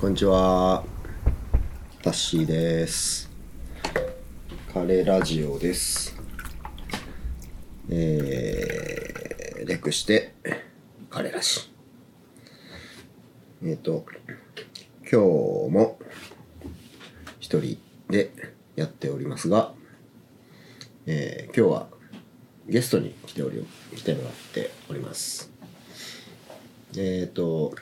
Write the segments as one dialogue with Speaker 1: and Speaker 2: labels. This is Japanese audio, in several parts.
Speaker 1: こんにちは。タッシーです。カレラジオです。えー、略して、カレラジ。えっ、と、今日も一人でやっておりますが、えー今日はゲストに来ており、来てもらっております。えっ、と、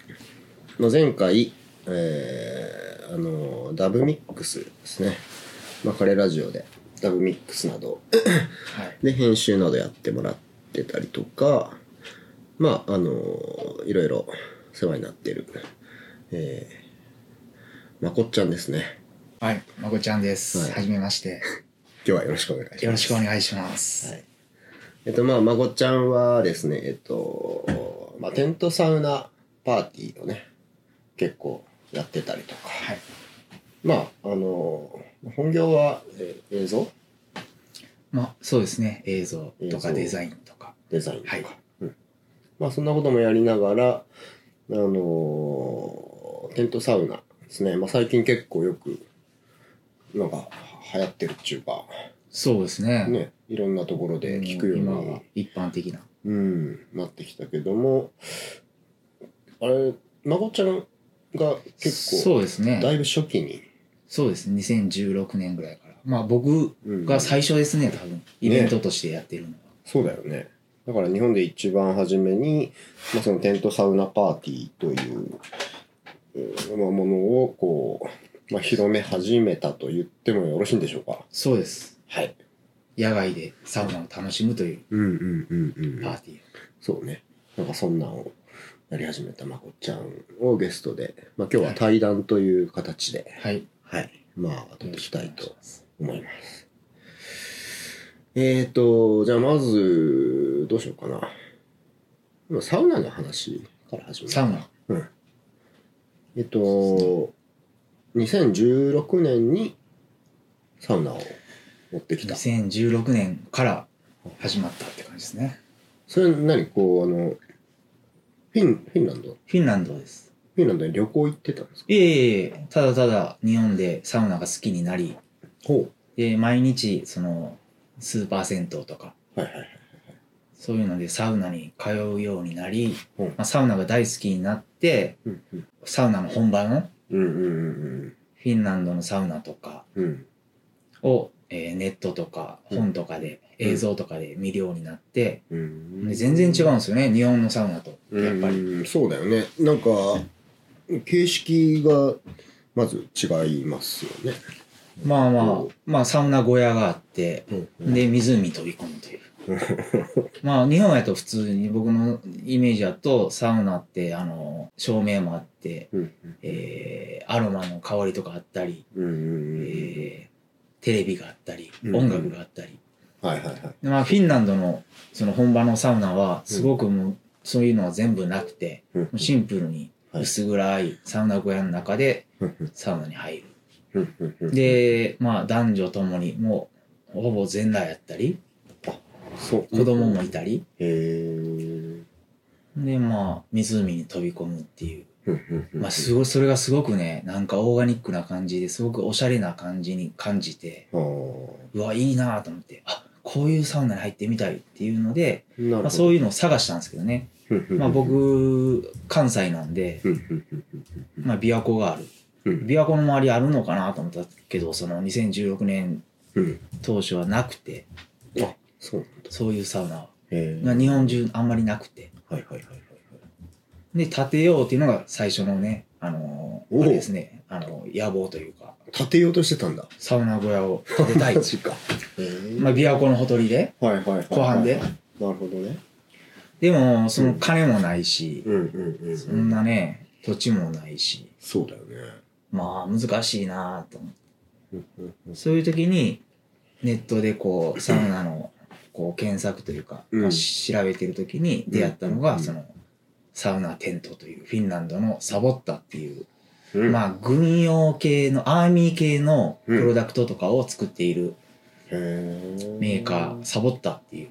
Speaker 1: の前回、えーあのダブミックスですね、まあ、彼ラジオでダブミックスなど
Speaker 2: はい。
Speaker 1: で編集などやってもらってたりとかまああのいろいろ世話になってるえー、まこっちゃんですね
Speaker 2: はい、まこちゃんです。
Speaker 1: はい
Speaker 2: はじめまして。
Speaker 1: 今日はよろしくお願いします
Speaker 2: よろしくお願いします。
Speaker 1: はいえっとまあまこっちゃんはですねえっと、まあ、テントサウナパーティーをね結構やってたりとか
Speaker 2: はい。
Speaker 1: まああの本業は、えー映像
Speaker 2: まあ、そうですね。映像と
Speaker 1: 映像
Speaker 2: かデザインとか。
Speaker 1: デザインとか、
Speaker 2: はい
Speaker 1: うんまあそんなこともやりながらあのーテントサウナですね、まあ、最近結構よくなんか流行ってるっちゅうか
Speaker 2: そうですね。
Speaker 1: ねいろんなところで聞くよう
Speaker 2: 今
Speaker 1: に
Speaker 2: は一般的な。
Speaker 1: うん、なってきたけどもあれ孫ちゃんが結構
Speaker 2: そうですね。
Speaker 1: だいぶ初期に、
Speaker 2: そうですね。2016年ぐらいから。まあ、僕
Speaker 1: うん
Speaker 2: が最初ですね、多分。イベントとしてやってるのは。
Speaker 1: そうだよね。だから日本で一番初めに、まあ、そのテントサウナパーティーという、うんまあ、ものをこう、まあ、広め始めたと言ってもよろしいんでしょうか。
Speaker 2: そうです。
Speaker 1: はい。
Speaker 2: 野外でサウナを楽しむという
Speaker 1: うんうんうん
Speaker 2: パーティー。
Speaker 1: そうね。なんかそんなんをやり始めたまこちゃんをゲストで、まあ、今日は対談という形で、
Speaker 2: はい。
Speaker 1: はい。まあ、撮っていきたい
Speaker 2: よろしくお
Speaker 1: と
Speaker 2: 願します
Speaker 1: 思います。えーと、じゃあまず、どうしようかな。まあサウナの話から始める
Speaker 2: サウナ。
Speaker 1: えっと、2016年にサウナを持ってきた。
Speaker 2: 2016年から始まったって感じですね。
Speaker 1: それ何こう、あの、フィン、フィンランド
Speaker 2: フィンランドです。
Speaker 1: フィンランドに旅行行ってたんですか
Speaker 2: いえいえいえ、ただただ日本でサウナが好きになり、
Speaker 1: ほ
Speaker 2: で、毎日、その、スーパー銭湯とか、
Speaker 1: う。はいはい。
Speaker 2: そういうのでサウナに通うようになり、
Speaker 1: うん
Speaker 2: まあ、サウナが大好きになって、
Speaker 1: うんうん
Speaker 2: サウナの本場の
Speaker 1: うんうん
Speaker 2: フィンランドのサウナとか
Speaker 1: うんうん。
Speaker 2: を、えーネットとか
Speaker 1: うん
Speaker 2: 本とかで、
Speaker 1: うん
Speaker 2: 映像とかで見るようになって、
Speaker 1: うん。
Speaker 2: で全然違うんですよね、日本のサウナと。
Speaker 1: うん。
Speaker 2: やっぱり。
Speaker 1: り。そうだよね。なんか、形式がまず違いますよね。
Speaker 2: まあま
Speaker 1: う
Speaker 2: あ、まあサウナ小屋があって、
Speaker 1: うんうん
Speaker 2: で、湖に飛び込むと いう。まあ、日本やと普通に僕のイメージだと、サウナって、あの、照明もあって、
Speaker 1: うん
Speaker 2: えーアロマの香りとかあったり、
Speaker 1: うんうんうん。
Speaker 2: えーテレビがあったり、
Speaker 1: うん
Speaker 2: 音楽があったり。
Speaker 1: はいはいはい。
Speaker 2: でまあ、フィンランドの、その本場のサウナは、すごくもう、そういうのは全部なくて、
Speaker 1: うん
Speaker 2: もうシンプルに、
Speaker 1: はい
Speaker 2: 薄暗いサウナ小屋の中で
Speaker 1: うん
Speaker 2: サウナに入る。
Speaker 1: うんうんうん、
Speaker 2: で、まあ、男女ともに、もう、ほぼ全裸やったり、
Speaker 1: そう
Speaker 2: 子供もいたり、
Speaker 1: へえ。
Speaker 2: で、まあ、湖に飛び込むっていう。まあ、
Speaker 1: ます
Speaker 2: ごい、それがすごくね、なんかオーガニックな感じですごくおしゃれな感じに感じて、
Speaker 1: あー
Speaker 2: うわ、いいなと思って、あこういうサウナに入ってみたいっていうので、
Speaker 1: な
Speaker 2: ま
Speaker 1: るほ
Speaker 2: あ、そういうのを探したんですけどね。
Speaker 1: ど。
Speaker 2: まあ、僕、関西なんで、
Speaker 1: うんうんうんうん
Speaker 2: まあ、琵琶湖があ
Speaker 1: う
Speaker 2: る。
Speaker 1: ん
Speaker 2: 琵琶湖の周りあるのかなと思ったけど、その2016年
Speaker 1: うん
Speaker 2: 当初はなくて、
Speaker 1: うんあそうなんだ。
Speaker 2: そういうサウナは。
Speaker 1: へえ
Speaker 2: まあ日本中あんまりなくて。
Speaker 1: はいはいはいはい。
Speaker 2: で、建てようっていうのが最初のね、あのー
Speaker 1: おう
Speaker 2: あれですね、あの野望というか、
Speaker 1: 立てようとしてたんだ。
Speaker 2: サウナ小屋を建てたい。
Speaker 1: ジか。へえ
Speaker 2: まあ、琵琶湖のほとりで、
Speaker 1: はいはいはいはい。
Speaker 2: 湖畔で
Speaker 1: なるほどね。
Speaker 2: でも、その金もないし、
Speaker 1: うんうんうんうん。
Speaker 2: そんなね、土地もないし、
Speaker 1: そうだよね。
Speaker 2: まあ、難しいなぁと思って。
Speaker 1: うんうんうん
Speaker 2: そういう時に、ネットでこう、サウナの、こう、検索というか、
Speaker 1: うん
Speaker 2: まあし調べてる時に出会った
Speaker 1: う
Speaker 2: の
Speaker 1: ん
Speaker 2: が、その、サウナテントという、フィンランドのサボッタっていう、
Speaker 1: うん
Speaker 2: まあ、軍用系の、アーミー系のプロダクトとかを作っている
Speaker 1: へえ
Speaker 2: メーカー、サボッタっていう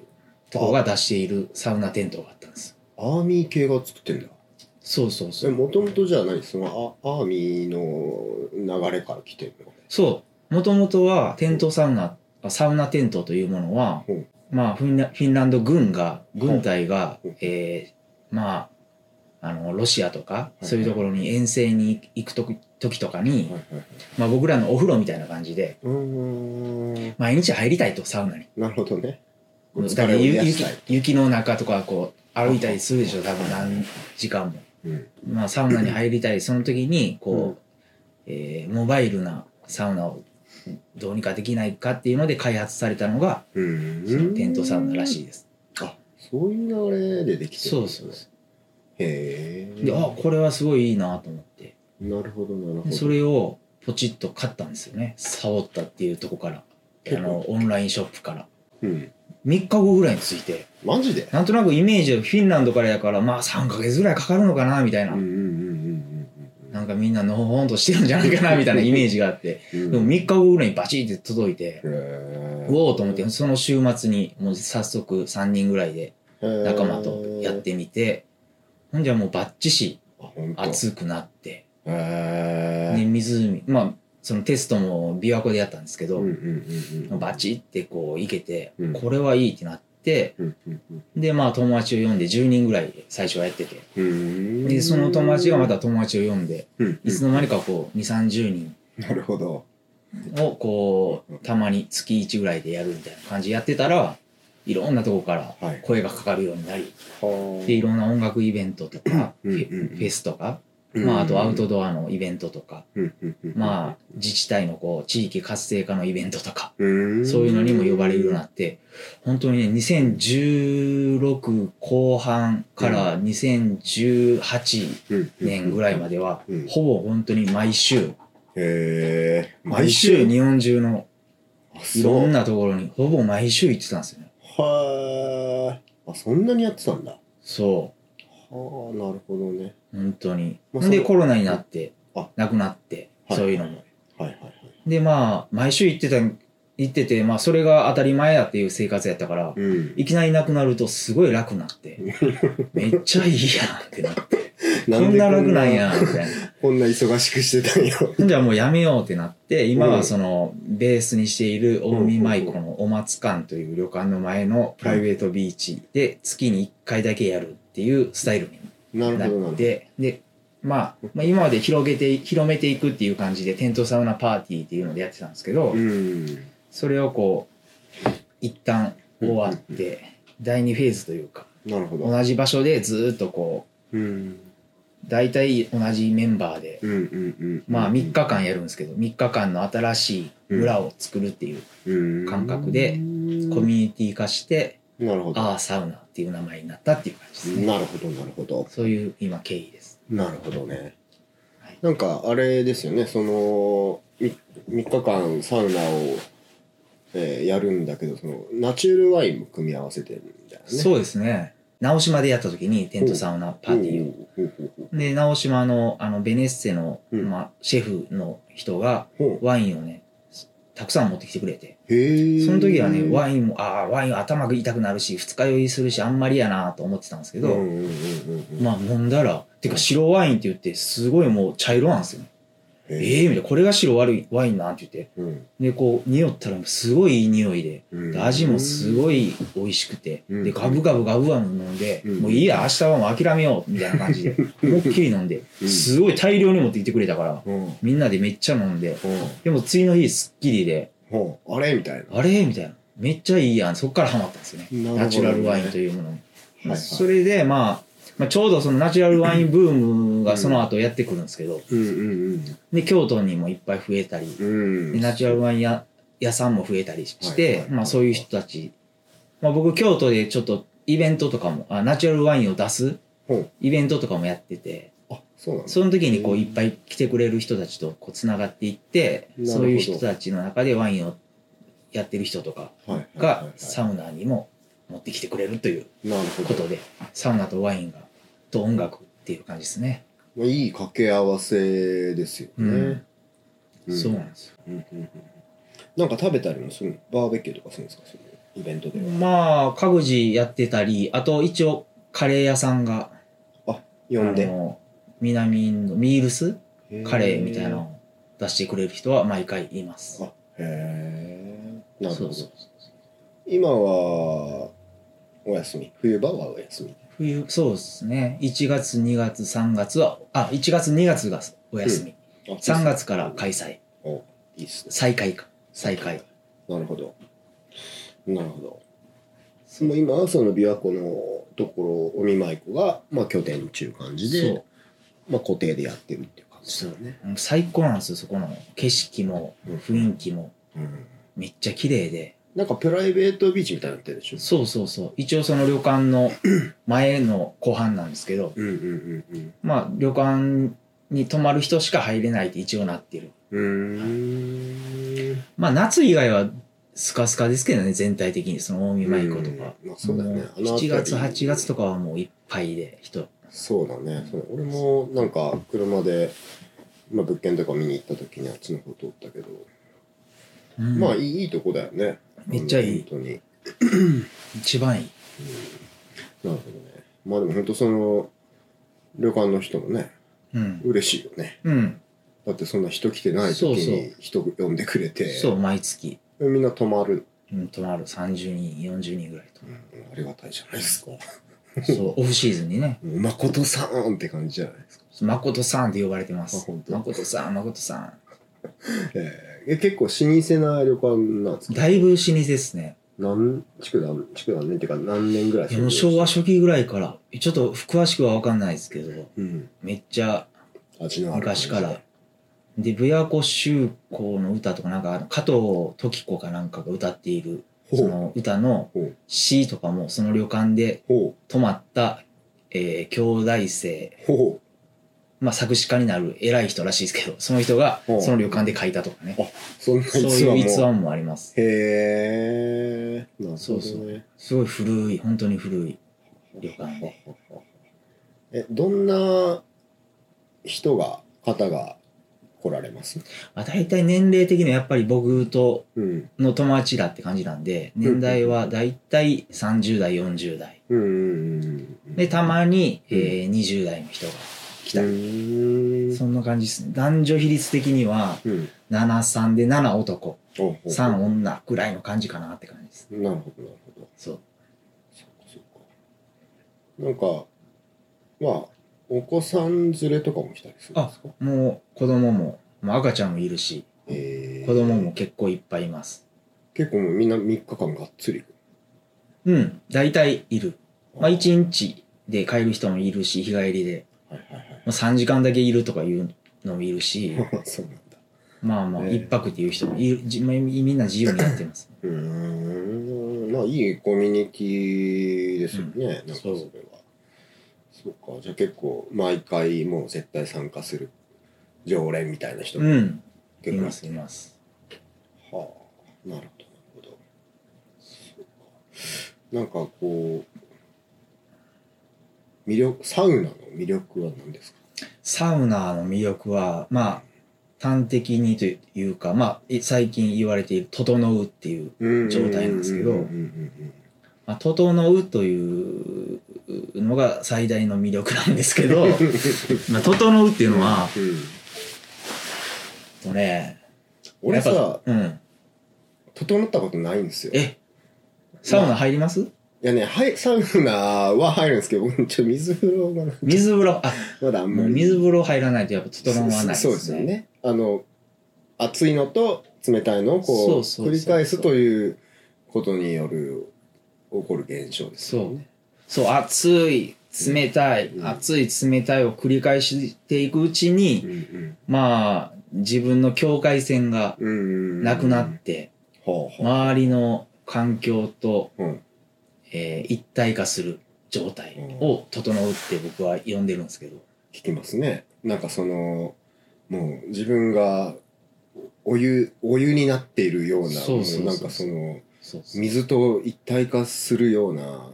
Speaker 2: ところが出しているサウナテントがあったんです。
Speaker 1: アーミー系が作ってんだ。
Speaker 2: そうそうそ
Speaker 1: え
Speaker 2: う。
Speaker 1: もともとじゃあ何そのアアーミーの流れから来てるの
Speaker 2: そう。もともとは、テントサウナ、あサウナテントというものは、
Speaker 1: うん
Speaker 2: まあフィンラ、フィンランド軍が、軍隊が、
Speaker 1: うん
Speaker 2: えーまあ、あの、ロシアとか、
Speaker 1: い
Speaker 2: そういうところに遠征に行くとき時とかに、
Speaker 1: はいはい
Speaker 2: まあ僕らのお風呂みたいな感じで、
Speaker 1: うーん
Speaker 2: 毎日入りたいと、サウナに。
Speaker 1: なるほどね
Speaker 2: だ
Speaker 1: 疲
Speaker 2: って
Speaker 1: れを癒や
Speaker 2: 雪
Speaker 1: したい
Speaker 2: 雪の中とか、こう、歩いたりするでしょ、多分何時間も。
Speaker 1: うん
Speaker 2: まあ、サウナに入りたい、その時に、こう、
Speaker 1: うん
Speaker 2: えーモバイルなサウナをどうにかできないかっていうので開発されたのが、
Speaker 1: う
Speaker 2: そ
Speaker 1: ー
Speaker 2: の
Speaker 1: ん
Speaker 2: テントサウナらしいです。
Speaker 1: あそういう流れでできて
Speaker 2: そ
Speaker 1: るん
Speaker 2: う
Speaker 1: で
Speaker 2: そ
Speaker 1: す
Speaker 2: う
Speaker 1: ね
Speaker 2: そう。
Speaker 1: へえ
Speaker 2: で、あ、これはすごいいいなと思って、
Speaker 1: なるほどなるほ
Speaker 2: で
Speaker 1: ど
Speaker 2: それをポチッと買ったんですよね。サボったっていうとこから、あ
Speaker 1: 結構
Speaker 2: の、オンラインショップから。
Speaker 1: うん
Speaker 2: 3日後ぐらいについて、
Speaker 1: マジで
Speaker 2: なんとなくイメージはフィンランドからやから、まあ3ヶ月ぐらいかかるのかな、みたいな。
Speaker 1: うんうんうんうんうん
Speaker 2: なんかみんなのほほんとしてるんじゃないかな、みたいなイメージがあって。
Speaker 1: うん
Speaker 2: でも3日後ぐらいにバチッて届いて、
Speaker 1: へ
Speaker 2: うおーと思ってその週末にもう早速3人ぐらいで
Speaker 1: ー
Speaker 2: 仲間とやってみてほんじゃもうバッチし
Speaker 1: あ本当
Speaker 2: 暑くなって
Speaker 1: へ
Speaker 2: で
Speaker 1: え
Speaker 2: 湖まあそのテストも琵琶湖でやったんですけ
Speaker 1: う
Speaker 2: ど、
Speaker 1: んうんうんうん
Speaker 2: バチってこういけて、
Speaker 1: うん
Speaker 2: これはいいってなって
Speaker 1: うんうんうん
Speaker 2: でまあ友達を呼んで10人ぐらい最初はやってて
Speaker 1: うーん
Speaker 2: でその友達がまた友達を呼んで
Speaker 1: うんうん
Speaker 2: いつの間にかこう2 3 0人
Speaker 1: なるほど
Speaker 2: をこうたまに月1ぐらいでやるみたいな感じでやってたらいろんなとこから
Speaker 1: はい
Speaker 2: 声がかかるようになり、
Speaker 1: はあ
Speaker 2: でいろんな音楽イベントとか、
Speaker 1: うん
Speaker 2: フェ
Speaker 1: うんうん
Speaker 2: フェスとか、まあ、あとアウトドアのイベントとか、まあ、自治体のこう地域活性化のイベントとか、
Speaker 1: あそう
Speaker 2: そう
Speaker 1: い
Speaker 2: いうのにも呼ばれるようになって、本当にね、2016後半から2018年ぐらいまでは
Speaker 1: うん、
Speaker 2: ほぼ本当に毎週、
Speaker 1: へえ
Speaker 2: 毎週日本中のい
Speaker 1: い
Speaker 2: ろ
Speaker 1: ろ
Speaker 2: ん
Speaker 1: んな
Speaker 2: なところに、ほぼ毎週行ってたんですよね。
Speaker 1: はああそんなにやってたんだは
Speaker 2: そ
Speaker 1: あなるほどね
Speaker 2: う、本当に。
Speaker 1: まあそ
Speaker 2: で、
Speaker 1: の
Speaker 2: コロナになって
Speaker 1: あ、
Speaker 2: 亡くなって、
Speaker 1: はい
Speaker 2: そういうのも。
Speaker 1: はいはいはい
Speaker 2: でまあ毎週行ってた行っててまあそれが当たり前やっていう生活やったから、
Speaker 1: うん
Speaker 2: いきなりなくなるとすごい楽になってめっちゃいいやんってなってこ
Speaker 1: で
Speaker 2: んな楽なんやみたいな
Speaker 1: こんな忙しくしてたんよ
Speaker 2: ほんじゃもうやめようってなって今
Speaker 1: うん
Speaker 2: はそのベースにしている近江舞子のお松館という旅館の前のプライベートビーチで月に1回だけやるっていうスタイルに
Speaker 1: なるほ
Speaker 2: な
Speaker 1: どな
Speaker 2: っ
Speaker 1: る
Speaker 2: てでまあ、まあ、今まで広げて広めていくっていう感じでテントサウナパーティーっていうのでやってたんですけど、
Speaker 1: ほどうん
Speaker 2: それをこう一旦終わって第2フェーズというか
Speaker 1: なるほど
Speaker 2: 同じ場所でずーっとこ
Speaker 1: うん
Speaker 2: う大体同じメンバーで
Speaker 1: うんうんうん
Speaker 2: まあ3日間やるんですけど3日間の新しい村を作るっていう
Speaker 1: うん
Speaker 2: 間隔でコ
Speaker 1: ミ
Speaker 2: ミュニティ化して
Speaker 1: なるほど
Speaker 2: アーサウナっていう名前になったっていう感じですね
Speaker 1: なるほどなるほど
Speaker 2: そういう今経緯です
Speaker 1: なるほどね
Speaker 2: はい。
Speaker 1: なんかあれですよね、その3日間サウナを、えーやるんだけど、そのナチュールワインも組み合わせてるみたいなね。う
Speaker 2: そうですね直島でやった時にテントサウナパーティーを
Speaker 1: ほうほうほう
Speaker 2: で直島のあのベネッセの、
Speaker 1: うん
Speaker 2: まあ、シェフの人が
Speaker 1: ほう
Speaker 2: ワインをねたくさん持ってきてくれて
Speaker 1: へえ。
Speaker 2: その時はね
Speaker 1: イ
Speaker 2: ワインもああワイン頭が痛くなるし二日酔いするしあんまりやなと思ってたんですけ
Speaker 1: うん
Speaker 2: ど、
Speaker 1: うんうんうんうん。
Speaker 2: まあ飲んだらてか白ワインって言ってすごいもう茶色なんですよ、ええ
Speaker 1: え
Speaker 2: みたいなこれが白ワインなんて言ってでこう匂ったらすごいいい匂いでで味もす
Speaker 1: い。
Speaker 2: ごい美味しくて
Speaker 1: うん
Speaker 2: でガブガブガブガブ飲んで、
Speaker 1: うん
Speaker 2: もういいや明日はもう諦めようみたいな感じで思いっきり飲んで
Speaker 1: うん
Speaker 2: すごい大量に持ってきてくれたから
Speaker 1: うんうん
Speaker 2: みんなでめっちゃ飲んででも次の日すっきりで
Speaker 1: ほうあれみたいな。
Speaker 2: あれみたいな。めっちゃいいやん。そっからハマったんですよね。
Speaker 1: なるほどね
Speaker 2: ナチュラルワインというものに。
Speaker 1: いはい
Speaker 2: それで、まあ、まあ、ちょうどそのナチュラルワインブーム
Speaker 1: う
Speaker 2: が
Speaker 1: ん
Speaker 2: その後やってくるんですけど、
Speaker 1: うんうん
Speaker 2: で、京都にもいっぱい増えたり、
Speaker 1: うん。う
Speaker 2: で
Speaker 1: ん。
Speaker 2: ナチュラルワインや屋さんも増えたりして、
Speaker 1: はいはいはい
Speaker 2: まあそういう人たち、まあ僕、京都でちょっとイベントとかも、あナチュラルワインを出す
Speaker 1: ほう
Speaker 2: イベントとかもやってて、
Speaker 1: あそうなんだ。
Speaker 2: その時にこ
Speaker 1: う
Speaker 2: うんいっぱい来てくれる人たちとこうつながっていって、
Speaker 1: なるほど
Speaker 2: そういう人たちの中でワインをやってる人とか、
Speaker 1: はいはいはいは
Speaker 2: が
Speaker 1: い
Speaker 2: サウナにも持ってきてくれるという
Speaker 1: なるほ
Speaker 2: こ
Speaker 1: ど。
Speaker 2: とでサウナとワインがと音楽っていう感じですね、
Speaker 1: まあいい掛け合わせですよね。ん
Speaker 2: そうなんです
Speaker 1: うんうんうんなんか食べたりもするのバーベキューとかするんですかそういうイベントで
Speaker 2: よ
Speaker 1: は。
Speaker 2: まあ家具事やってたりあと一応カレー屋さんが
Speaker 1: あ、
Speaker 2: あ
Speaker 1: 読んで。
Speaker 2: の南インドミールス
Speaker 1: へ
Speaker 2: カレーみたいなのを出してくれる人は毎回います。
Speaker 1: あ、へえ。なるほ
Speaker 2: そうそう
Speaker 1: ど。
Speaker 2: そう
Speaker 1: 今は、お休み。冬場はお休み。
Speaker 2: 冬そうですね1月2月3月はあ1月2月がお休み、
Speaker 1: あ
Speaker 2: 3月から開催
Speaker 1: お、いいっすね。
Speaker 2: 再開か再開。
Speaker 1: なるほど。なるほど。もう今はその琵琶湖のところをお見舞い子が、
Speaker 3: まあ拠点っていう感じ
Speaker 2: そ
Speaker 3: で
Speaker 2: う、
Speaker 3: まあ固定でやってるっていう感じだよね。
Speaker 2: もう最高なんですよそこの景色も
Speaker 3: うん
Speaker 2: 雰囲気も
Speaker 3: うん。
Speaker 2: めっちゃ綺麗で
Speaker 1: なんかプライベートビーチみたいになってるでしょ。
Speaker 2: そうそうそう一応その旅館の 前の後半なんですけど
Speaker 1: うんうんうん
Speaker 2: まあ旅館に泊まる人しか入れないって一応なってる
Speaker 1: うん。うん。
Speaker 2: まあ夏以外はスカスカですけどね全体的にその近江舞子とか
Speaker 1: うんまあそうだよね
Speaker 2: も
Speaker 1: あの辺り
Speaker 2: 7月8月とかはもういっぱいで人
Speaker 1: そうだね。そう俺もなんか車で、まあ、物件とか見に行った時にあっちの方通ったけど、
Speaker 2: うん
Speaker 1: まあいいいいとこだよね。
Speaker 2: めっちゃいい
Speaker 1: 本当に。
Speaker 2: 一番いい
Speaker 1: なるほどね。まあでも本当その、旅館の人もね、
Speaker 2: うん、
Speaker 1: 嬉しいよね。
Speaker 2: うん、
Speaker 1: だってそんな人来てない時に人呼んでくれて、
Speaker 2: そう毎月、
Speaker 1: みんな泊まる、
Speaker 2: うん、泊まる30人40人ぐらい
Speaker 1: うんありがたいじゃないですか。
Speaker 2: とそうオフシーズンにね
Speaker 1: もう誠さんって感じじゃないですか。
Speaker 2: 誠さんって呼ばれてま
Speaker 1: あ
Speaker 2: す
Speaker 1: 本当
Speaker 2: 誠さん誠さん
Speaker 1: えーえ結構老舗な旅館なんですか
Speaker 2: だいぶ老舗ですね
Speaker 1: 何、築何、築何年っていうか何年ぐらい
Speaker 2: でも昭和初期ぐらいからちょっと詳しくは分かんないですけど
Speaker 1: うん。
Speaker 2: めっちゃ
Speaker 1: 味のある感
Speaker 2: 昔
Speaker 1: じ
Speaker 2: から。で琵琶湖周公の歌とかなんかあの加藤時子かなんかが歌っているそ
Speaker 1: ほう。
Speaker 2: の歌の
Speaker 1: ほう
Speaker 2: 詩とかもその旅館で
Speaker 1: ほ
Speaker 2: 泊まった、えー兄弟生
Speaker 1: う。ほう。
Speaker 2: まあ、作詞家になる偉い人らしいですけど、その人が
Speaker 1: うん
Speaker 2: その旅館で書いたとかね。
Speaker 1: そんな
Speaker 2: そう
Speaker 1: 逸話
Speaker 2: いう
Speaker 1: も。
Speaker 2: 逸話もあります。
Speaker 1: へえ。なる
Speaker 2: そ
Speaker 1: ほ
Speaker 2: うそ
Speaker 1: どね。
Speaker 2: すごい古い、本当に古い。旅館で
Speaker 1: え、どんな人が、方が来られます
Speaker 2: まあ、大体年齢的にはやっぱり僕と
Speaker 1: うん。
Speaker 2: の友達だって感じなんで、年代は大体30代、40代。
Speaker 1: うんうんうんうん。
Speaker 2: で、たまに、えー20代の人が来た
Speaker 1: う
Speaker 2: り。
Speaker 1: ーん
Speaker 2: そんな感じですね。男女比率的には、
Speaker 1: うん。
Speaker 2: 7、3で7
Speaker 1: ほ
Speaker 2: 男、
Speaker 1: うほう
Speaker 2: 3女ぐらいの感じかなって感じです。
Speaker 1: なるほど、なるほど。
Speaker 2: そう。
Speaker 1: そっかそっか。なんか、まあ、お子さん連れとかも来たりするんですか
Speaker 2: もう子供も、もう赤ちゃんもいるし、
Speaker 1: えー
Speaker 2: 子供も結構いっぱいいます。
Speaker 1: 結構もうみんな3日間がっつり。
Speaker 2: うん、大体いる。まあ、1日で帰る人もいるし、日帰りで。
Speaker 1: はいはい
Speaker 2: まあ、3時間だけいるとかいうのもいるし、
Speaker 1: はい。そうなんだ。
Speaker 2: まあまあ、
Speaker 1: ええ
Speaker 2: 一泊っていう人もいる。じまあみんな自由にやってます。
Speaker 1: うーん。まあ、いいコミュニティですよね。
Speaker 2: うん
Speaker 1: なんかそ
Speaker 2: そ
Speaker 1: れ
Speaker 2: う
Speaker 1: は。そうか。じゃあ結構、毎回もう絶対参加する常連みたいな人
Speaker 2: う
Speaker 1: も
Speaker 2: ん、い
Speaker 1: 結構いて
Speaker 2: ます、います。
Speaker 1: はあ、なるほど、なるほど。そうかなんかこう、魅力、サウナの魅力は何ですか
Speaker 2: サウナの魅力は、まあ、端的にというか、まあ、い最近言われている、整うっていう状態なんですけど
Speaker 1: うんうんうん
Speaker 2: まあ、整うというのが最大の魅力なんですけ ど、まあ、整うっていうのは、
Speaker 1: うんうん
Speaker 2: えっとね、
Speaker 1: 俺
Speaker 2: やっ
Speaker 1: さ、
Speaker 2: ぱうん。
Speaker 1: 整ったことないんですよ。い
Speaker 2: え、サウナ入ります、
Speaker 1: やね、はい、サウナは入るんですけど、僕ちょっと水風呂がな
Speaker 2: 水風呂、あ、
Speaker 1: まだあんま
Speaker 2: もう
Speaker 1: り。
Speaker 2: 水風呂入らないとやっぱ整わない
Speaker 1: そうそうですよ。ね。あの、熱いのと冷たいのをこう、
Speaker 2: そうそうそうそう
Speaker 1: 繰り返すということによる、起こる現象ですよね。
Speaker 2: そう、暑い、冷たい、
Speaker 1: うん
Speaker 2: 暑い、冷たいを繰り返していくうちに、
Speaker 1: ん
Speaker 2: まあ、自分の境界線が
Speaker 1: うん
Speaker 2: なくなって、
Speaker 1: ほうほう
Speaker 2: 周りの環境と、
Speaker 1: うん
Speaker 2: えー一体化する状態を整うって僕は呼んでるんですけど。
Speaker 1: 聞きますねなんかそのもう自分がお湯お湯になっているような
Speaker 2: そうそうそう
Speaker 1: もなんかその
Speaker 2: そうそう
Speaker 1: 水と一体化するような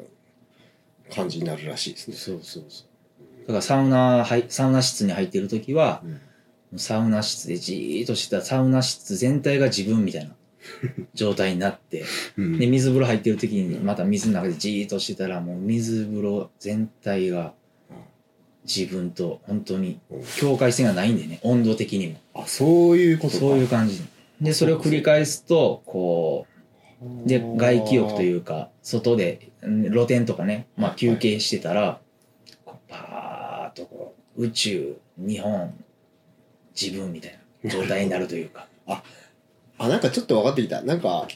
Speaker 1: 感じになるらしいですね
Speaker 2: そうそうそう。だからサウナ入、サウナ室に入っているときは、
Speaker 1: うん
Speaker 2: サウナ室でじーっとしてたらサウナ室全体が自分みたいな状態になって、で、水風呂入ってる時にまた水の中でじーっとしてたら、もう水風呂全体が自分と本当に
Speaker 1: うん
Speaker 2: 境界線がないんでね温度的にも
Speaker 1: あそういうことか
Speaker 2: そういう感じででそれを繰り返すとこうで外気浴といううか外でうん露天とかね、まあ、休憩してたらこうパーッとこう宇宙日本自分みたいな状態になるというか
Speaker 1: あなんかちょっと分かってきたなんか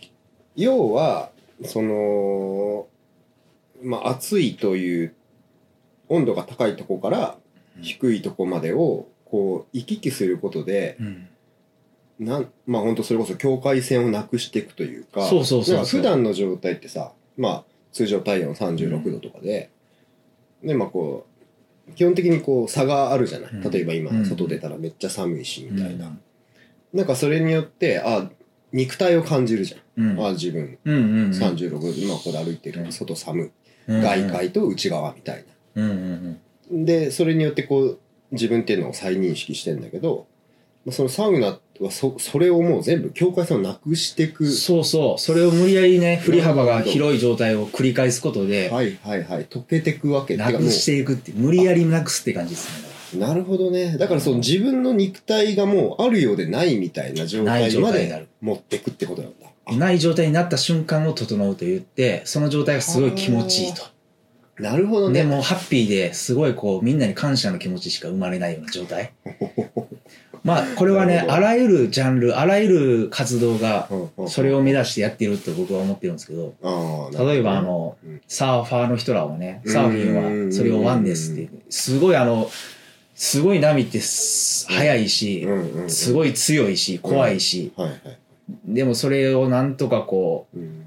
Speaker 1: 要はそのまあ暑いという温度が高いとこから
Speaker 2: うん
Speaker 1: 低いとこまでをこう行き来することで
Speaker 2: うん
Speaker 1: なんまあ本当それこそ境界線をなくしていくというか
Speaker 2: そうそうそうそう
Speaker 1: なんか普段の状態ってさまあ通常体温36度とかで、でまあこう基本的にこう差があるじゃない、
Speaker 2: うん
Speaker 1: 例えば
Speaker 2: う
Speaker 1: 今
Speaker 2: ん
Speaker 1: 外出たらめっちゃ寒いしみたいな、
Speaker 2: うん
Speaker 1: なんかそれによってあ肉体を感じるじゃん
Speaker 2: うん
Speaker 1: あ自分
Speaker 2: うんうんうん
Speaker 1: 36度今ここで歩いて
Speaker 2: う
Speaker 1: る
Speaker 2: ん
Speaker 1: 外寒い
Speaker 2: うん
Speaker 1: 外界と内側みたい
Speaker 2: うんうんうん
Speaker 1: なでそれによってこう自分っていうのを再認識してんだけどまあそのサウナはそそれをもう全部境界線をなくしていく
Speaker 2: そうそう。それを無理やりね、振り幅が広い状態を繰り返すことで、
Speaker 1: はいはいはい溶けていくわけ
Speaker 2: な
Speaker 1: てかも
Speaker 2: くしていくって、無理やりなくすって感じですね。
Speaker 1: うなるほどねだからその自分の肉体がもうあるようでないみたいな状
Speaker 2: ない
Speaker 1: 態
Speaker 2: 状
Speaker 1: ま
Speaker 2: 態にな
Speaker 1: で
Speaker 2: る。
Speaker 1: 持ってくってことなんだあ
Speaker 2: ない状態になった瞬間を整うと言って、その状態がすごい気持ちいいと。
Speaker 1: なるほど
Speaker 2: で
Speaker 1: ね
Speaker 2: もうハッピーですごいこう、みんなに感謝の気持ちしか生まれないような 状態。まあ、これはね、
Speaker 1: なるほど
Speaker 2: あらゆるジャンル、あらゆる活動が、それ
Speaker 1: を
Speaker 2: を目指してやってると僕は思ってるんですけど、例えばあの
Speaker 1: うん、
Speaker 2: サーファーの人らはね、サーフィンはそれをワンですって、すごいあの、すごい波ってす速いし、す
Speaker 1: い
Speaker 2: ごい強いし、怖いし、
Speaker 1: はいはい
Speaker 2: でもそれをなんとかこう、
Speaker 1: うん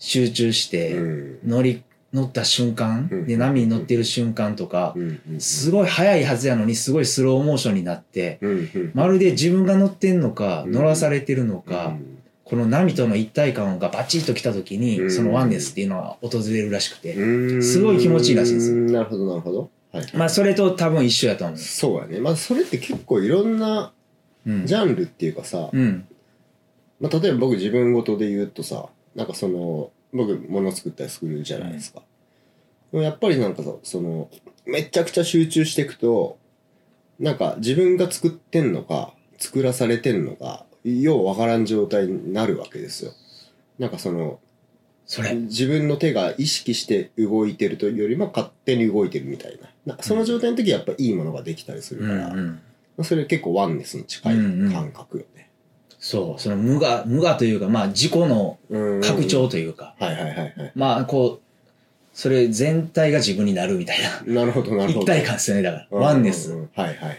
Speaker 2: 集中し
Speaker 1: う
Speaker 2: て、
Speaker 1: ん
Speaker 2: 乗り、乗った瞬
Speaker 1: うん
Speaker 2: 間、で、波に乗ってる瞬間とか
Speaker 1: う、んうん
Speaker 2: すごい速いはずやのに、すごいスローモーションになって、
Speaker 1: うんうん
Speaker 2: まるで自分が乗ってんのか、
Speaker 1: うん
Speaker 2: 乗らされてるの
Speaker 1: う
Speaker 2: か、
Speaker 1: ん
Speaker 2: この波との一体感がバチッと来た時
Speaker 1: う
Speaker 2: に、
Speaker 1: ん
Speaker 2: そのワンネスっていうのは訪れるらしくて、
Speaker 1: うん
Speaker 2: すごい気持ちいいらしいですよ
Speaker 1: なるほどなるほど、はいはい
Speaker 2: まあそれと多分一緒やと思う。
Speaker 1: そうやねまあそれって結構いろんな
Speaker 2: うん。
Speaker 1: ジャンルっていうかさ、
Speaker 2: うん。
Speaker 1: まあ、例えば僕自分ごとで言うとさなんかその僕物作ったりするじゃないですか、でもやっぱりなんかさそのめちゃくちゃ集中していくとなんか自分が作ってんのか作らされてんのかようわからん状態になるわけですよなんかその
Speaker 2: それ。
Speaker 1: 自分の手が意識して動いてるというよりも勝手に動いてるみたいななその状態の時はやっぱいいものができたりする
Speaker 2: うん
Speaker 1: か
Speaker 2: う
Speaker 1: ら、
Speaker 2: ん。
Speaker 1: それ結構ワンネスに近い感覚よね、
Speaker 2: そう。その無我、無我というか、まあ自己の
Speaker 1: うん
Speaker 2: 拡張というか、
Speaker 1: はいはいはいはい
Speaker 2: まあこう、それ全体が自分になるみたいな。
Speaker 1: なるほどなるほど
Speaker 2: 一体感ですよね、だから。
Speaker 1: うん
Speaker 2: ワンネ
Speaker 1: う
Speaker 2: ス。
Speaker 1: んはいはいはいはい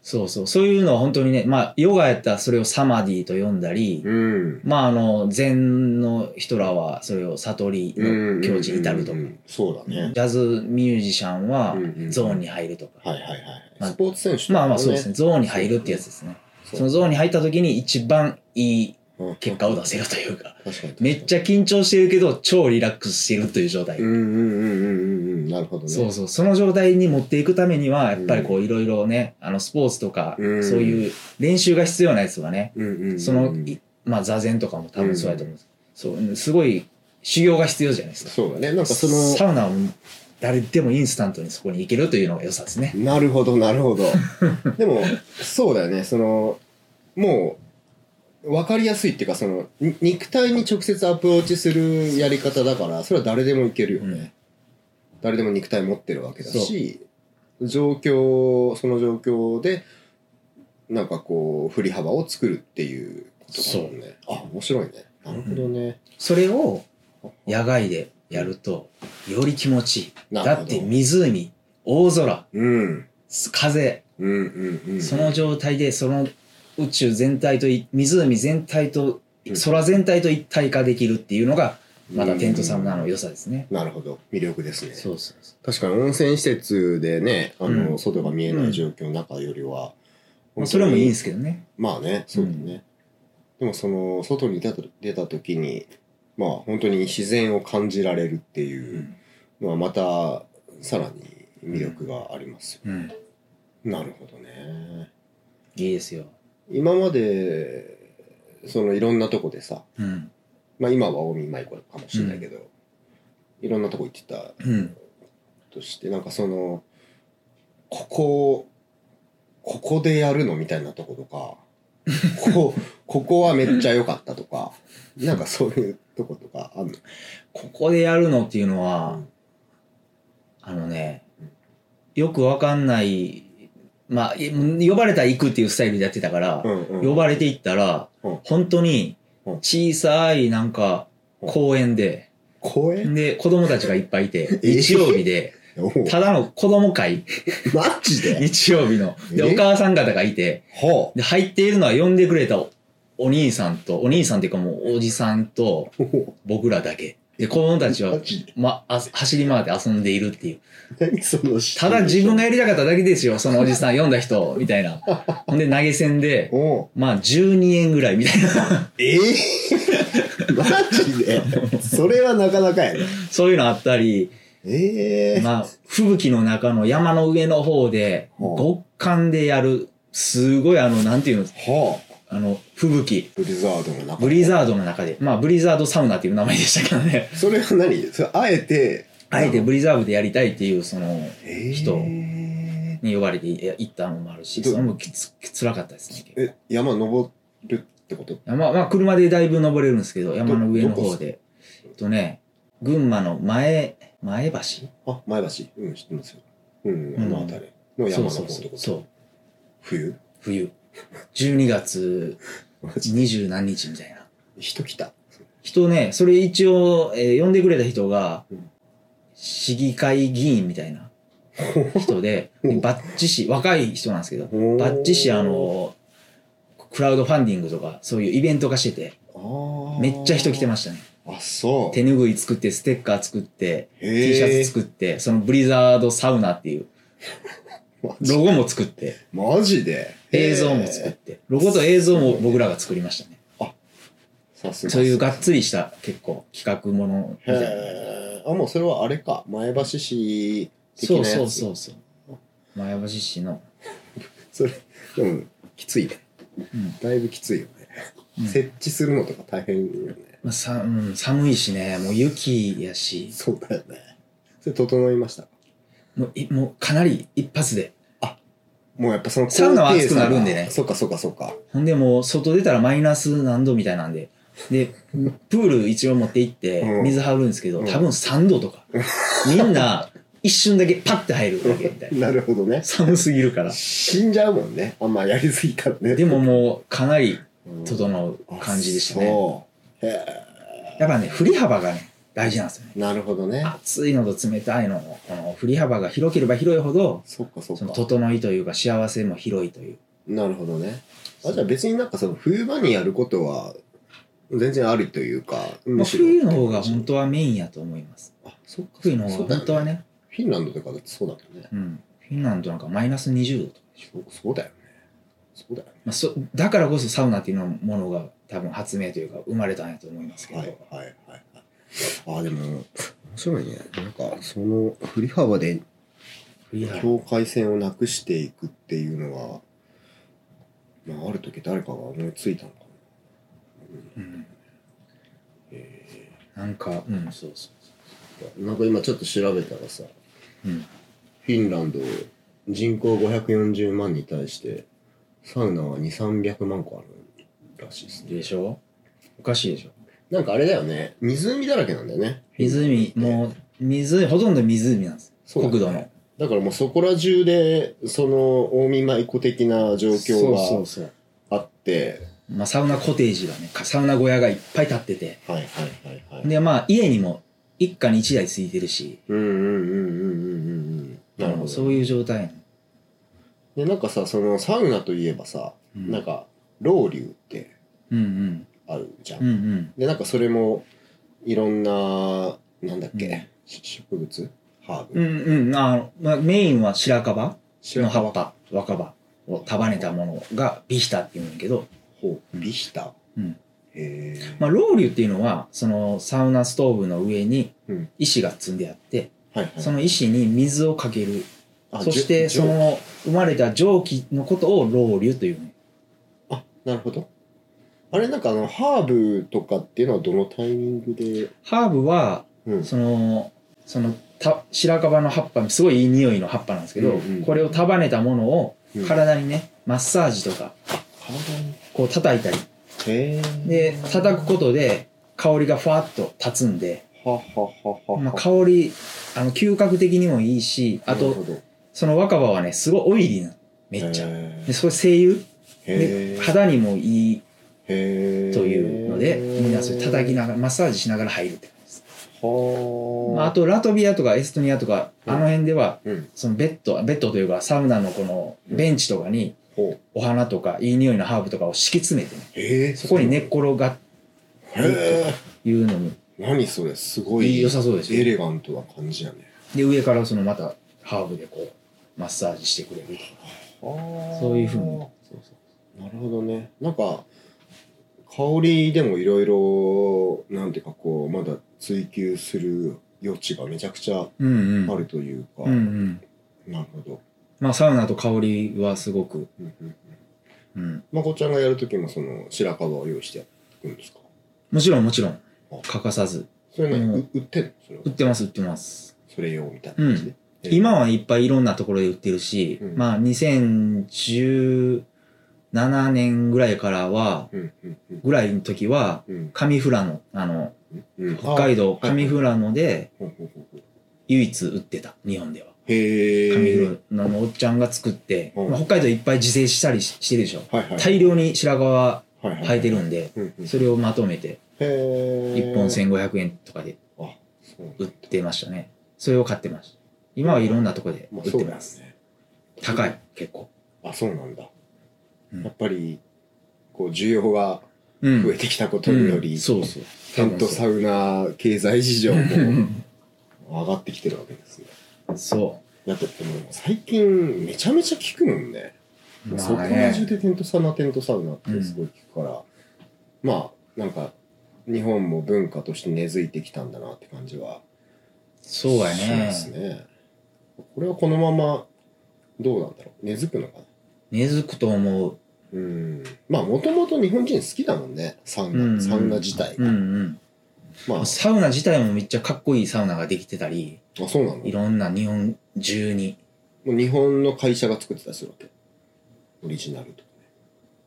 Speaker 2: そうそう。そういうのは本当にね、まあヨガやったらそれをサマディと呼んだり、
Speaker 1: うん
Speaker 2: まああの、禅の人らはそれを悟りの境地に至ると
Speaker 1: うんうんうんうんそうだね、
Speaker 2: ジャズミュージシャンは
Speaker 1: うんうん
Speaker 2: ゾーンに入るとか。
Speaker 1: はいはいはい
Speaker 2: まあ
Speaker 1: スポーツ選手とかね
Speaker 2: まあまあそうですね。ゾーンに入るってやつですね。
Speaker 1: そう
Speaker 2: そのゾーンに入った時に一番いい
Speaker 1: うん
Speaker 2: 結果を出せるというか。
Speaker 1: 確かに
Speaker 2: めっち
Speaker 1: ゃ
Speaker 2: ゃ緊張してるけど、超リラックスしてるという状態。
Speaker 1: うんうんうんうんうんうんなるほどね
Speaker 2: そうそう。その状態に持っていくためには、やっぱりこういろいろね、あのスポーツとか、そう
Speaker 1: うん
Speaker 2: いう練習が必要なやつはね、
Speaker 1: うんうんうんうん
Speaker 2: その、いまあ座禅とかも多分そうやと思うんです。そううん、すごい修行が必要じゃないですか。
Speaker 1: そうだねなんかその
Speaker 2: サウナを誰でもインスタントにそこに行けるというのが良さですね。
Speaker 1: なるほどなるほど でもそうだよねそのもう分かりやすいっていうかそのに肉体に直接アプローチするやり方だからそれは誰でもいけるよね、誰でも肉体持ってるわけだし状況その状況でなんかこう振り幅を作るっていうことだもんねあ面白いねなるほどね、
Speaker 2: それを野外でやると、より気持ちいい。
Speaker 1: なる
Speaker 2: だ
Speaker 1: ほど
Speaker 2: って湖、大空、
Speaker 1: うん
Speaker 2: 風、
Speaker 1: うんうんうん
Speaker 2: その状態でその宇宙全体とい湖全体と
Speaker 1: うん
Speaker 2: 空全体と一体化できるっていうのがまたテントサウナの良さですね。
Speaker 1: なるほど魅力ですね
Speaker 2: そうそうそ
Speaker 1: 確かに温泉施設でねあの、
Speaker 2: うん
Speaker 1: 外が見えない状況の中よりは、
Speaker 2: う。まあ、それもいいんですすけどね。
Speaker 1: まあねそうだね、でもその外に出た出た時にまあ本当に自然を感じられるっていうのはまたさらに魅力がありますよ、
Speaker 2: うん。
Speaker 1: なるほどね
Speaker 2: いいですよ。
Speaker 1: 今までそのいろんなとこでさ
Speaker 2: うん。
Speaker 1: まあ今は近江舞子かもしれないけど、いろんなとこ行ってた
Speaker 2: うん。
Speaker 1: としてなんかそのここ、ここでやるのみたいなとこと か、ここ、ここはめっちゃ良かったとか、なんかそういうとことかあるの
Speaker 2: ここでやるのっていうのは、
Speaker 1: うん
Speaker 2: あのね
Speaker 1: うん、
Speaker 2: よくわかんない、まあ、い呼ばれたら行くっていうスタイルでやってたから、
Speaker 1: んう
Speaker 2: 呼ばれて行ったら、
Speaker 1: うん
Speaker 2: 本当に
Speaker 1: うん
Speaker 2: 小さいなんか
Speaker 1: うん
Speaker 2: 公園で、
Speaker 1: 公園、
Speaker 2: で、子供たちがいっぱいいて
Speaker 1: え
Speaker 2: 日曜日で、
Speaker 1: お う
Speaker 2: ただの子供会、
Speaker 1: マジで
Speaker 2: 日曜日の。で、
Speaker 1: え
Speaker 2: お母さん方がいて、
Speaker 1: ほ
Speaker 2: で、入っているのは呼んでくれたおお兄さんと、お兄さんっていうかもうおじさんと
Speaker 1: う。ほ
Speaker 2: 僕らだけ。で、子供たち
Speaker 1: うマ
Speaker 2: は、
Speaker 1: ジで
Speaker 2: ま、あ走り回って遊んでいるっていう。
Speaker 1: 何その
Speaker 2: ただ自分がやりたかっただけですよ、そのおじさん読んだ人、みたいな。ほんで投げ銭で、
Speaker 1: おう
Speaker 2: まあ12円ぐらいみたいな、
Speaker 1: ええマジでそれはなかなかやね。
Speaker 2: そういうのあったり、
Speaker 1: ええ
Speaker 2: まあ、吹雪の中の山の上の方で、
Speaker 1: ほう
Speaker 2: 極寒でやる、すごいあの、なんていうの、
Speaker 1: はあ。
Speaker 2: あの、吹雪。
Speaker 1: ブリザードの中。
Speaker 2: ブリザードの中で、まあブリザードサウナっていう名前でしたけど ね、
Speaker 1: それは何それあえて、
Speaker 2: あえてブリザードでやりたいっていう、その、
Speaker 1: ええ
Speaker 2: 人に呼ばれてい行ったのもあるし、
Speaker 1: ど
Speaker 2: それもきつ、きつらかったですね。
Speaker 1: え、山登るってこと
Speaker 2: まあ、まあ、車でだいぶ登れるんですけど、山の上の
Speaker 1: どこっ
Speaker 2: 方
Speaker 1: すか
Speaker 2: で。えっとね、群馬の前、前橋
Speaker 1: あ、前橋。うん、知ってますよ。うん、あの辺りの
Speaker 2: そ
Speaker 1: 山
Speaker 2: う
Speaker 1: の
Speaker 2: そ
Speaker 1: 方っ
Speaker 2: う
Speaker 1: て
Speaker 2: そ
Speaker 1: こ
Speaker 2: う。
Speaker 1: と。
Speaker 2: そう。
Speaker 1: 冬
Speaker 2: 冬。12月
Speaker 1: マジ
Speaker 2: 二十何日みたいな。
Speaker 1: 人来た。
Speaker 2: 人ね、それ一応、えー呼んでくれた人が
Speaker 1: うん、
Speaker 2: 市議会議員みたいな人で、
Speaker 1: ほう
Speaker 2: バッチ氏、若い人なんですけど、
Speaker 1: ほう
Speaker 2: バッチ氏、あ、の、クラウドファンディングとか、そういうイベント化してて、めっちゃ人来てま
Speaker 1: し
Speaker 2: したね。
Speaker 1: た。あ、そう。
Speaker 2: 手拭い作って、ステッカー作って、T シャ
Speaker 1: ツ
Speaker 2: ツ作って、そのブリザードサウナっていう
Speaker 1: マジ
Speaker 2: ロゴも作って、
Speaker 1: マジで
Speaker 2: 映像も作っ
Speaker 1: へ
Speaker 2: て、ロゴと映像も僕らが作りましたね。
Speaker 1: ーさすが
Speaker 2: そういうがっつりした結構企画ものみたいな。
Speaker 1: へーあもうそれはあれか前橋市的な
Speaker 2: そ
Speaker 1: や
Speaker 2: う
Speaker 1: つ
Speaker 2: そうそうそう。前橋市の、
Speaker 1: それでもきついね
Speaker 2: うん
Speaker 1: だいぶきついよね、
Speaker 2: うん
Speaker 1: 設置するのとか大変よね
Speaker 2: まあさうん寒いしね、もう雪やし、
Speaker 1: そうだよねそれ整いました
Speaker 2: もういもうかなり一発で。
Speaker 1: もうやっぱその
Speaker 2: サウナは
Speaker 1: 高低差が
Speaker 2: 暑くなるんでね
Speaker 1: そっかそっかそっか
Speaker 2: ほんでもう外出たらマイナス何度みたいなんで、で、プール一応持って行って
Speaker 1: うん
Speaker 2: 水張るんですけど、
Speaker 1: うん
Speaker 2: 多分3度とか。みんな一瞬だけパッて入るだけみたいな。
Speaker 1: なるほどね
Speaker 2: 寒すぎるから。
Speaker 1: 死んじゃうもんねあんまやりすぎたらね
Speaker 2: でももうかなり
Speaker 1: うん
Speaker 2: 整う感じでした
Speaker 1: あ
Speaker 2: ね。
Speaker 1: そうへ
Speaker 2: やっぱね、振り幅がね、大事なんですよね。
Speaker 1: ーなるほどね
Speaker 2: 熱いのと冷たいのの、この振り幅が広ければ広いほど、
Speaker 1: そっかそっ
Speaker 2: その
Speaker 1: か
Speaker 2: 整いというか幸せも広いという。
Speaker 1: なるほどねあじゃあ別になんかその冬場にやることは全然ありというか
Speaker 2: ま
Speaker 1: む
Speaker 2: あ、
Speaker 1: しろ
Speaker 2: 冬の方が本当はメインやと思います。
Speaker 1: あそっか
Speaker 2: 冬の方
Speaker 1: そうだ
Speaker 2: が
Speaker 1: よ
Speaker 2: 本当はね、
Speaker 1: フィンランドとかだってそうだもんね
Speaker 2: うん。フィンランドなんかマイナス20度とか。
Speaker 1: そうそうだよねそうだよね
Speaker 2: まあ、そだからこそサウナっていうのものが多分発明というか生まれたんやと思いますけど、
Speaker 1: はいはいはい
Speaker 3: ああ、でも、面白いね。なんか、その、振り幅で、
Speaker 2: 冬は
Speaker 1: 境界線をなくしていくっていうのは、まあ、ある時誰かが思いついたのかな
Speaker 2: うん、
Speaker 1: え
Speaker 2: なんかうんそうそ
Speaker 1: ーなんか今ちょっと調べたらさ
Speaker 2: う、うん、
Speaker 1: フィンランド人口540万に対してサウナは2300万個あるらしいですね
Speaker 2: でしょおかしいでしょ
Speaker 1: なんかあれだよね湖だらけなんだよね
Speaker 2: 湖もう湖ほとんど湖なんです、
Speaker 1: そうだね
Speaker 2: 国土の
Speaker 1: だからもうそこら中でその大見舞子的な状況
Speaker 2: そう
Speaker 1: が
Speaker 2: そうそう、
Speaker 1: あって
Speaker 2: まあ、サウナコテージがねかサウナ小屋がいっぱい建ってて
Speaker 1: はいはいはいはい
Speaker 2: でまあ家にも一家に一台ついてるし
Speaker 1: うんうんうんうんうんうんうんなるほど
Speaker 2: そういう状態なの、
Speaker 1: でなんかさそのサウナといえばさ、
Speaker 2: うん、
Speaker 1: なんかロウリュって
Speaker 2: うんうん
Speaker 1: あるじゃん、
Speaker 2: うんうん
Speaker 1: でなんかそれもいろんななんだっけ、し植物ハーブ、
Speaker 2: うんうんあの、まあ、メインは白樺
Speaker 1: 白
Speaker 2: の
Speaker 1: 樺
Speaker 2: 葉っぱ若葉を束ねたものがビヒタっていうんだけど、
Speaker 1: ほうビヒタ、
Speaker 2: うん
Speaker 1: へえ、
Speaker 2: まあ、ロウリュっていうのはそのサウナストーブの上に
Speaker 1: うん
Speaker 2: 石が積んであって、
Speaker 1: はいはい
Speaker 2: その石に水をかける、
Speaker 1: あ
Speaker 2: そして
Speaker 1: じょ
Speaker 2: その生まれた蒸気のことをロウリュというね
Speaker 1: あなるほどあれなんかあのハーブとかっていうのはどのタイミングで
Speaker 2: ハーブは
Speaker 1: うん
Speaker 2: そのそのた白樺の葉っぱすごいいい匂いの葉っぱなんですけど、
Speaker 1: うんうん
Speaker 2: これを束ねたものを
Speaker 1: うん
Speaker 2: 体にねマッサージとかこう叩いたり
Speaker 1: へえ。
Speaker 2: で叩くことで香りがふわっと立つんで、
Speaker 1: ははははは。
Speaker 2: まあ、香りあの嗅覚的にもいいしあと、その若葉はねすごいオイリーなのめっちゃ
Speaker 1: へ
Speaker 2: でそれ精油
Speaker 1: え
Speaker 2: で。肌にもいい
Speaker 1: へえ。
Speaker 2: というのでみんなそれ叩きながらマッサージしながら入るって感じです、
Speaker 1: は
Speaker 2: まあ、あとラトビアとかエストニアとか
Speaker 1: うん
Speaker 2: あの辺では
Speaker 1: うん。
Speaker 2: そのベッドベッドというかサウナのこのベンチとかに
Speaker 1: ほう。
Speaker 2: お花とかいい匂いのハーブとかを敷き詰めてね
Speaker 1: へえ。
Speaker 2: そこに寝っ転が
Speaker 1: へえ。
Speaker 2: いうのも
Speaker 1: 何それすごい。
Speaker 2: 良さそうです
Speaker 1: エ
Speaker 2: よ
Speaker 1: レガントな感じやね。
Speaker 2: で上からそのまたハーブでこうマッサージしてくれるそ
Speaker 1: そう
Speaker 2: いうふうに
Speaker 1: なるほどねなんか香りでもいろいろなんていうかこうまだ追求する余地がめちゃくちゃ
Speaker 2: うんうん
Speaker 1: あるというか、
Speaker 2: うんうん
Speaker 1: なるほど、
Speaker 2: まあサウナと香りはすごく
Speaker 1: うんうんうん、
Speaker 2: うん
Speaker 1: まこちゃんがやる時もその白樺を用意してやってくんですか
Speaker 2: もちろんもちろん
Speaker 1: あ
Speaker 2: 欠かさず
Speaker 1: それね、
Speaker 2: うん
Speaker 1: う売ってんのそれは
Speaker 2: 売ってます売ってます
Speaker 1: それ用みたいな感じで、え
Speaker 2: 今はいっぱいいろんなところで売ってるし、
Speaker 1: うん
Speaker 2: まあ2017年ぐらいからは
Speaker 1: うんうんうん
Speaker 2: ぐらいの時は
Speaker 1: うん
Speaker 2: 上富良野あの
Speaker 1: うん
Speaker 2: 北海道
Speaker 1: あはい
Speaker 2: 上富良野で
Speaker 1: ほうほうほうほう
Speaker 2: 唯一売ってた日本では
Speaker 1: へえ
Speaker 2: 上富良野のおっちゃんが作って、
Speaker 1: うん
Speaker 2: まあ北海道いっぱい自生したりししてるでしょ
Speaker 1: はいはい
Speaker 2: 大量に白髪
Speaker 1: はいはい
Speaker 2: 生えてるんで
Speaker 1: うんうん
Speaker 2: それをまとめて
Speaker 1: へえ
Speaker 2: 1本1500円とかで
Speaker 1: あそうなんだ
Speaker 2: 売ってましたねそれを買ってました今はいろんなとこで
Speaker 1: まあ
Speaker 2: 売っ
Speaker 1: そう
Speaker 2: て
Speaker 1: だよ
Speaker 2: ます
Speaker 1: ね
Speaker 2: 高い結構
Speaker 1: あそうなんだ、
Speaker 2: うん
Speaker 1: やっぱりこう需要が
Speaker 2: うん
Speaker 1: 増えてきたことによ
Speaker 2: う
Speaker 1: り、
Speaker 2: んそうそう
Speaker 1: テントサウナ経済事情も上がってきてるわけですね
Speaker 2: そ
Speaker 1: だってでも最近めちゃめちゃ効くもんね,、
Speaker 2: う
Speaker 1: そこ
Speaker 2: まあ
Speaker 1: ら中
Speaker 2: ね
Speaker 1: でテントサウナテントサウナってすごい効くから、まあなんか日本も文化として根付いてきたんだなって感じは
Speaker 2: そうや
Speaker 1: し
Speaker 2: ね
Speaker 1: ますねこれはこのままどうなんだろう根付くのかな
Speaker 2: 根付くと思う
Speaker 1: うんまあもともと日本人好きだもんねサウナ、
Speaker 2: うんうん
Speaker 1: サウナ自体
Speaker 2: う
Speaker 1: が、
Speaker 2: んうん
Speaker 1: まああ
Speaker 2: サウナ自体もめっちゃかっこいいサウナができてたり
Speaker 1: そうなの
Speaker 2: いろんな日本中に
Speaker 1: もう日本の会社が作ってたりするわけオリジナルとかね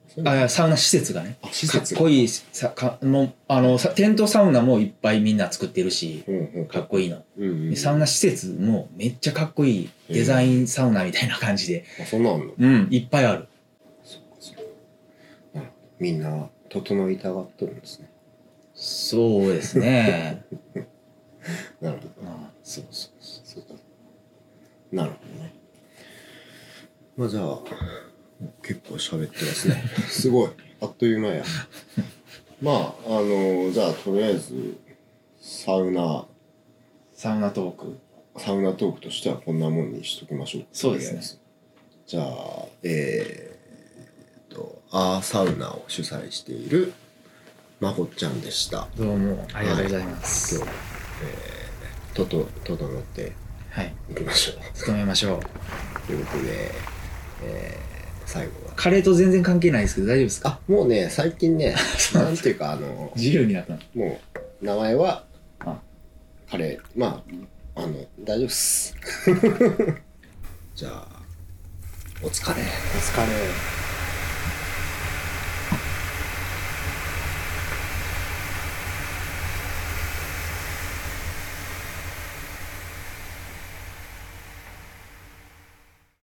Speaker 1: そういうの
Speaker 2: あサウナ施設がね
Speaker 1: あ施
Speaker 2: かっ
Speaker 1: 設
Speaker 2: こいいさかもうあのさテントサウナもいっぱいみんな作ってるし
Speaker 1: うんうん
Speaker 2: かっこいいの
Speaker 1: うんうん
Speaker 2: でサウナ施設もめっちゃかっこいいデザインサウナみたいな感じで、
Speaker 1: あそんなのあんの
Speaker 2: うん、いっぱいある
Speaker 1: そっかそっかなるほどみんな整いたがってるんですね
Speaker 2: そうです ね
Speaker 1: なるほど
Speaker 2: あそうそうそ
Speaker 1: そうかなるほどねまあじゃあ結構喋ってます ねすごいあっという間やまああのじゃあとりあえずサウナ
Speaker 2: うサウナトーク
Speaker 1: サウナトークとしてはこんなもんにしときましょう
Speaker 2: そうです
Speaker 1: とりあえ
Speaker 2: ね
Speaker 1: ずじゃあえー、っとアーサウナを主催しているまこちゃんでした
Speaker 2: どうもありがとうございます
Speaker 1: 今日もえー、とと整って
Speaker 2: はい
Speaker 1: いきましょう
Speaker 2: 務めましょう
Speaker 1: ということで、えー最後は
Speaker 2: カレーと全然関係ないですけど大丈夫ですか
Speaker 1: あもうね最近 ねなんていうかあの
Speaker 2: 自由になったの
Speaker 1: もう名前は
Speaker 2: あ
Speaker 1: カレーまああの大丈夫っ すじゃあお疲れ
Speaker 2: お疲れ